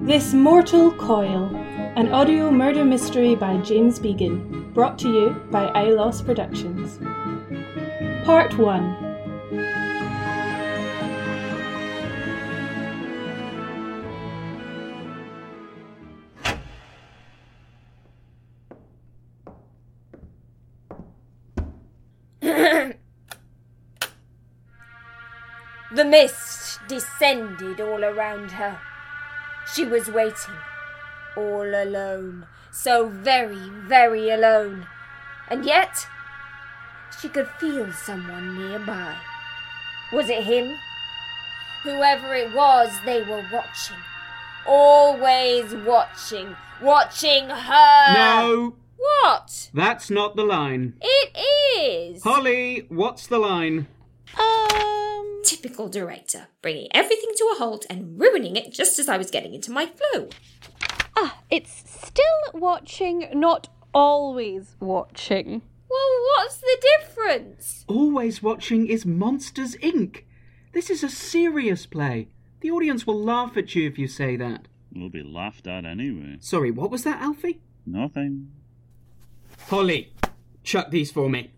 This Mortal Coil, an audio murder mystery by James Began, brought to you by ILOS Productions. Part 1 The mist descended all around her. She was waiting, all alone, so very, very alone. And yet, she could feel someone nearby. Was it him? Whoever it was, they were watching. Always watching. Watching her! No, What? that's not the line. It is! Holly, what's the line? Um, Typical director, bringing everything to a halt and ruining it just as I was getting into my flow. ah, it's still watching, not always watching. Well, what's the difference? Always watching is Monsters Inc. This is a serious play. The audience will laugh at you if you say that. We'll be laughed at anyway. Sorry, what was that, Alfie? Nothing. Holly, chuck these for me.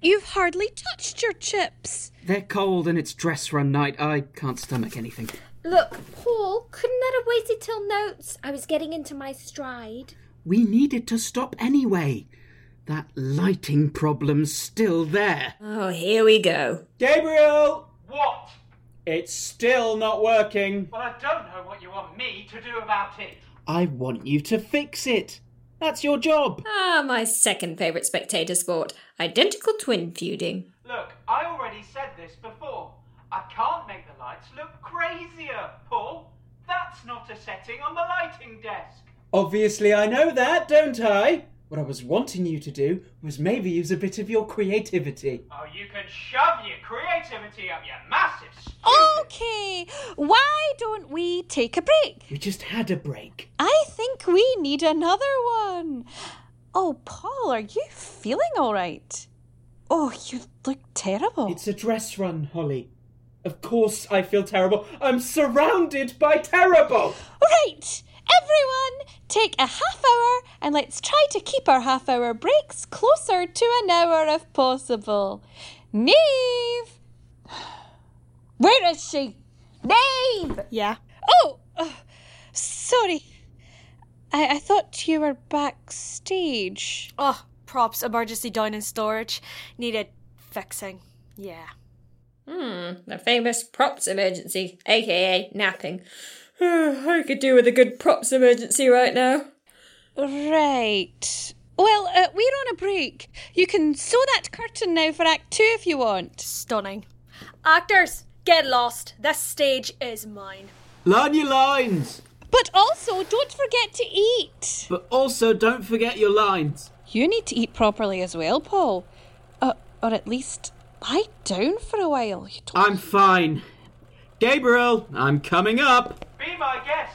You've hardly touched your chips. They're cold and it's dress run night. I can't stomach anything. Look, Paul, couldn't that have waited till notes? I was getting into my stride. We needed to stop anyway. That lighting problem's still there. Oh, here we go. Gabriel! What? It's still not working. Well, I don't know what you want me to do about it. I want you to fix it. That's your job. Ah, my second favourite spectator sport identical twin feuding. Look, I already said this before. I can't make the lights look crazier, Paul. That's not a setting on the lighting desk. Obviously, I know that, don't I? What I was wanting you to do was maybe use a bit of your creativity. Oh, you can shove your creativity up your massive. s- Okay, why don't we take a break? We just had a break. I think we need another one. Oh, Paul, are you feeling all right? Oh, you look terrible. It's a dress run, Holly. Of course, I feel terrible. I'm surrounded by terrible. Right, everyone, take a half hour and let's try to keep our half hour breaks closer to an hour if possible. Neve! Where is she? Neve! Yeah. Oh, oh, sorry. I, I thought you were backstage. Oh, props, emergency down in storage. Needed fixing. Yeah. Hmm, the famous props emergency, aka napping. I could do with a good props emergency right now. Right. Well, uh, we're on a break. You can sew that curtain now for Act Two if you want. Stunning. Actors, get lost. This stage is mine. Learn your lines. But also, don't forget to eat. But also don't forget your lines. You need to eat properly as well, Paul. Uh, or at least lie down for a while. You don't... I'm fine. Gabriel, I'm coming up. Be my guest.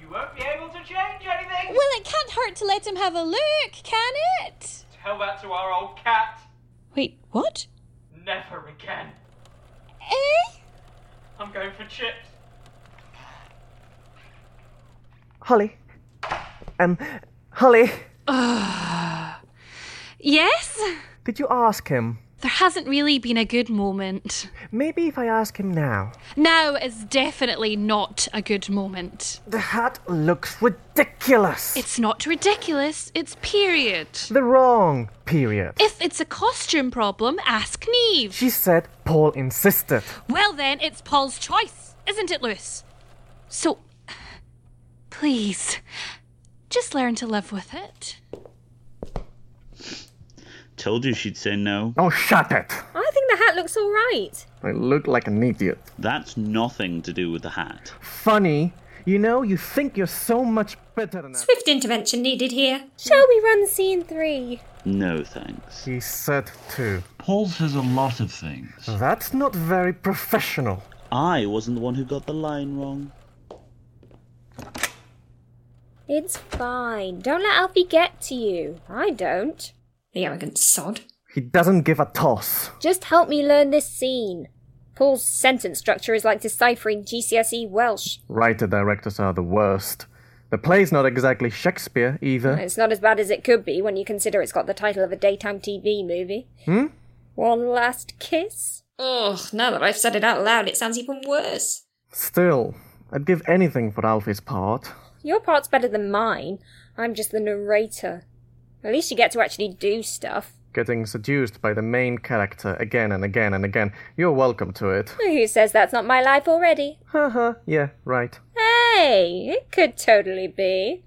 You won't be able to change anything. Well, it can't hurt to let him have a look, can it? Tell that to our old cat. Wait, what? Never again. Eh? I'm going for chips. Holly. Um, Holly, Yes? did you ask him? There hasn't really been a good moment. Maybe if I ask him now. Now is definitely not a good moment. The hat looks ridiculous. It's not ridiculous, it's period. the wrong period. If it's a costume problem, ask Neve. she said Paul insisted. Well, then, it's Paul's choice, isn't it, Luce? So, please, just learn to live with it. Told you she'd say no. Oh, shut it. I think the hat looks all right. I look like an idiot. That's nothing to do with the hat. Funny. You know, you think you're so much better than us. Swift intervention needed here. Shall we run scene three? No thanks. He said too. Paul says a lot of things. That's not very professional. I wasn't the one who got the line wrong. It's fine. Don't let Alfie get to you. I don't. The arrogant sod. He doesn't give a toss. Just help me learn this scene. Paul's sentence structure is like deciphering GCSE E Welsh. Writer directors are the worst. The play's not exactly Shakespeare either. It's not as bad as it could be when you consider it's got the title of a daytime TV movie. Hmm? One last kiss? Ugh, now that I've said it out loud, it sounds even worse. Still, I'd give anything for Alfie's part. Your part's better than mine. I'm just the narrator. At least you get to actually do stuff. Getting seduced by the main character again and again and again. You're welcome to it. Who says that's not my life already? Haha, yeah, right. Hey, it could totally be.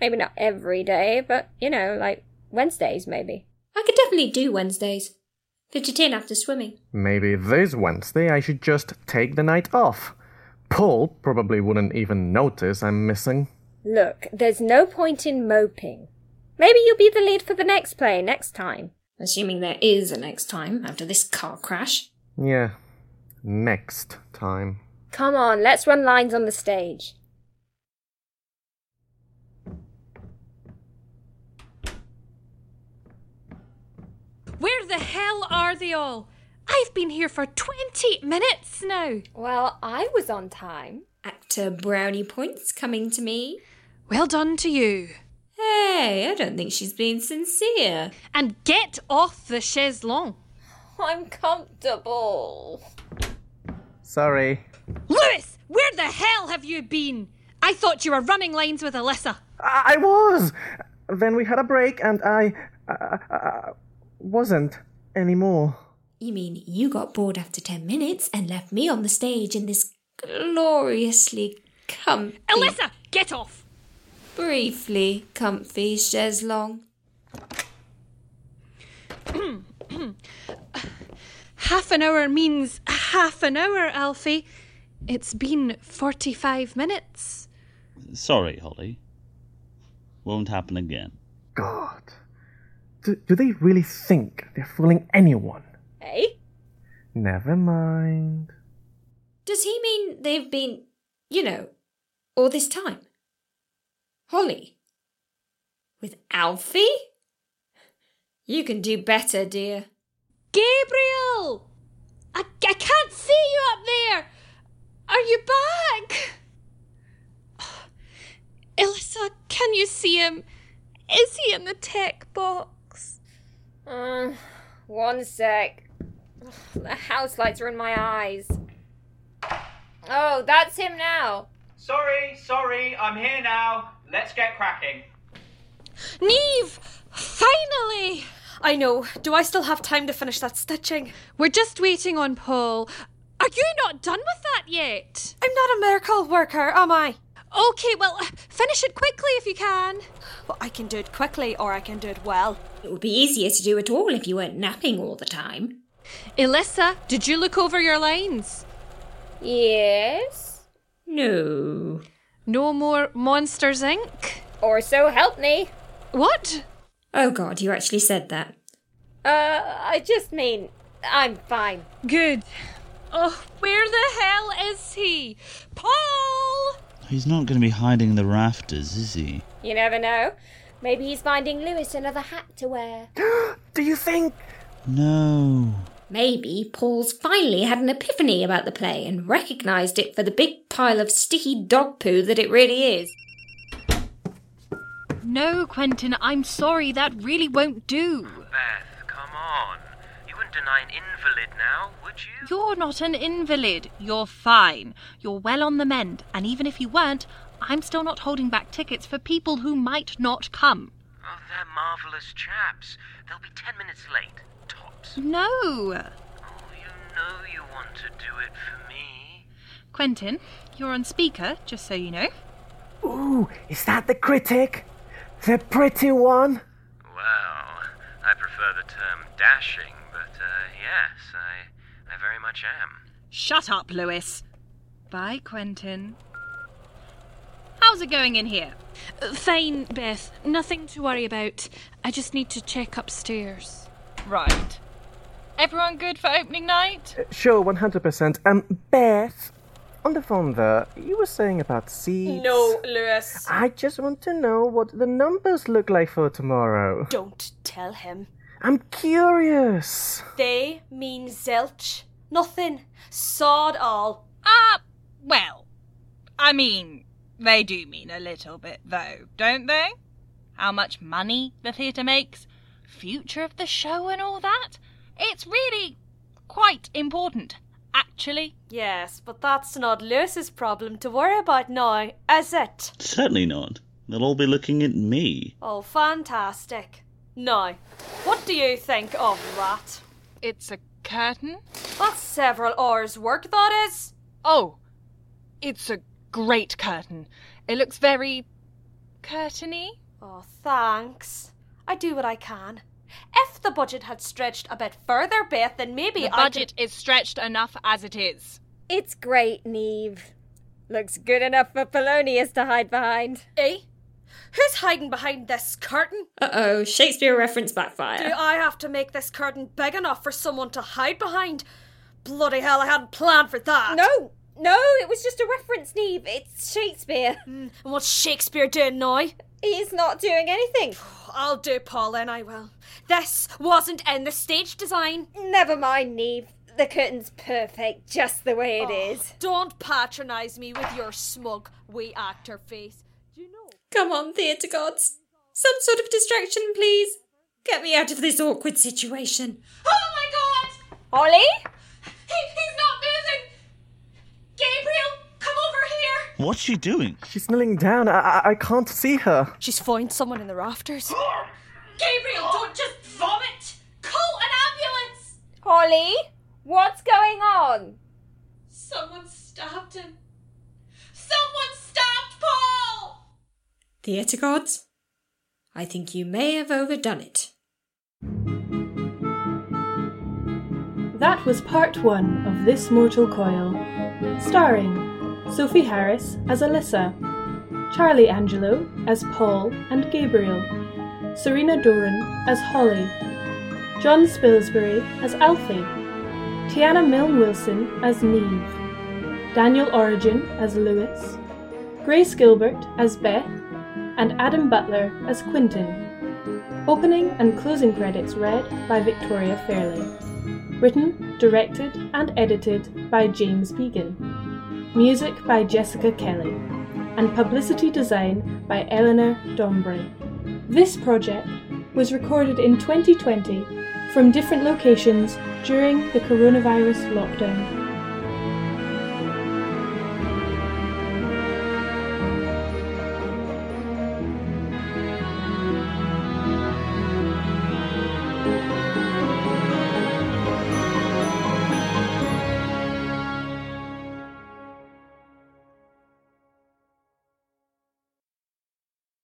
Maybe not every day, but, you know, like Wednesdays maybe. I could definitely do Wednesdays. Fidget in after swimming. Maybe this Wednesday I should just take the night off. Paul probably wouldn't even notice I'm missing. Look, there's no point in moping. Maybe you'll be the lead for the next play next time. Assuming there is a next time after this car crash. Yeah, next time. Come on, let's run lines on the stage. Where the hell are they all? I've been here for 20 minutes now. Well, I was on time. Actor brownie points coming to me. Well done to you. Hey, I don't think she's being sincere. And get off the chaise longue. I'm comfortable. Sorry. Lewis, where the hell have you been? I thought you were running lines with Alyssa. I, I was! Then we had a break and I. I, I, I wasn't anymore. You mean you got bored after 10 minutes and left me on the stage in this gloriously comfy. Alyssa, get off! Briefly comfy chaise longue. Half an hour means half an hour, Alfie. It's been 45 minutes. Sorry, Holly. Won't happen again. God. Do, do they really think they're fooling anyone? Hey? Never mind. Does he mean they've been, you know, all this time? Holly? With Alfie? You can do better, dear. Gabriel! I, I can't see you up there! Are you back? Elissa, can you see him? Is he in the tech box? Uh, one sec. Ugh, The house lights are in my eyes. Oh, that's him now. Sorry, sorry, I'm here now. Let's get cracking. Neve! Finally! I know. Do I still have time to finish that stitching? We're just waiting on Paul. Are you not done with that yet? I'm not a miracle worker, am I? Okay, well, finish it quickly if you can. Well, I can do it quickly or I can do it well. It would be easier to do it all if you weren't napping all the time. Elissa, did you look over your lines? Yes? No. No more Monsters Inc. Or so help me. What? Oh god, you actually said that. Uh, I just mean, I'm fine. Good. Oh, where the hell is he? Paul! He's not going to be hiding in the rafters, is he? You never know. Maybe he's finding Lewis another hat to wear. Do you think? No. Maybe Paul's finally had an epiphany about the play and recognised it for the big pile of sticky dog poo that it really is. No, Quentin, I'm sorry, that really won't do. Beth, come on. You wouldn't deny an invalid now, would you? You're not an invalid. You're fine. You're well on the mend, and even if you weren't, I'm still not holding back tickets for people who might not come. Oh, they're marvellous chaps. They'll be ten minutes late. Tops. No! Oh, you know you want to do it for me. Quentin, you're on speaker, just so you know. Ooh, is that the critic? The pretty one? Well, I prefer the term dashing, but uh, yes, I, I very much am. Shut up, Lewis. Bye, Quentin. How's it going in here? Fine, Beth. Nothing to worry about. I just need to check upstairs. Right. Everyone good for opening night? Sure, 100%. Um, Beth, on the phone there, you were saying about seats. Lewis. I just want to know what the numbers look like for tomorrow. Don't tell him. I'm curious. They mean zilch. Nothing. Sod all. Ah, well, I mean, they do mean a little bit, though, don't they? How much money the theatre makes, future of the show, and all that. It's really quite important, actually. Yes, but that's not Lewis's problem to worry about now, is it? Certainly not. They'll all be looking at me. Oh, fantastic. Now, what do you think of that? It's a curtain? That's several hours' work, that is. Oh, it's a great curtain. It looks very curtainy. Oh, thanks. I do what I can. If the budget had stretched a bit further, Beth, then maybe The I budget is stretched enough as it is. It's great, Neve. Looks good enough for Polonius to hide behind. Eh? Who's hiding behind this curtain? Uh oh, Shakespeare reference Do backfire. I have to make this curtain big enough for someone to hide behind? Bloody hell, I hadn't planned for that. No, no, it was just a reference, Neve. It's Shakespeare. Hmm, And what's Shakespeare doing now? He's not doing anything. I'll do, Paul, then I will. This wasn't in the stage design. Never mind, Neve. The curtain's perfect, just the way it is. Oh, Don't patronise me with your smug wee actor face. Come on, theatre gods. Some sort of distraction, please. Get me out of this awkward situation. Oh my god! Ollie? He, he's not moving! Gabriel, come over here! What's she doing? She's kneeling down. I, I, I can't see her. She's found someone in the rafters. Gabriel, don't just vomit! Call an ambulance! Holly, what's going on? Someone stabbed him. Someone stabbed Paul! Theatre gods, I think you may have overdone it. That was part one of This Mortal Coil, starring Sophie Harris as Alyssa, Charlie Angelo as Paul and Gabriel, Serena Doran as Holly, John Spilsbury as Alfie, Tiana Milne Wilson as Neve, Daniel Origin as Lewis, Grace Gilbert as Beth, and Adam Butler as Quinton. Opening and closing credits read by Victoria Fairley. Written, directed, and edited by James Began. Music by Jessica Kelly. And publicity design by Eleanor Dombre. This project was recorded in 2020 from different locations during the coronavirus lockdown.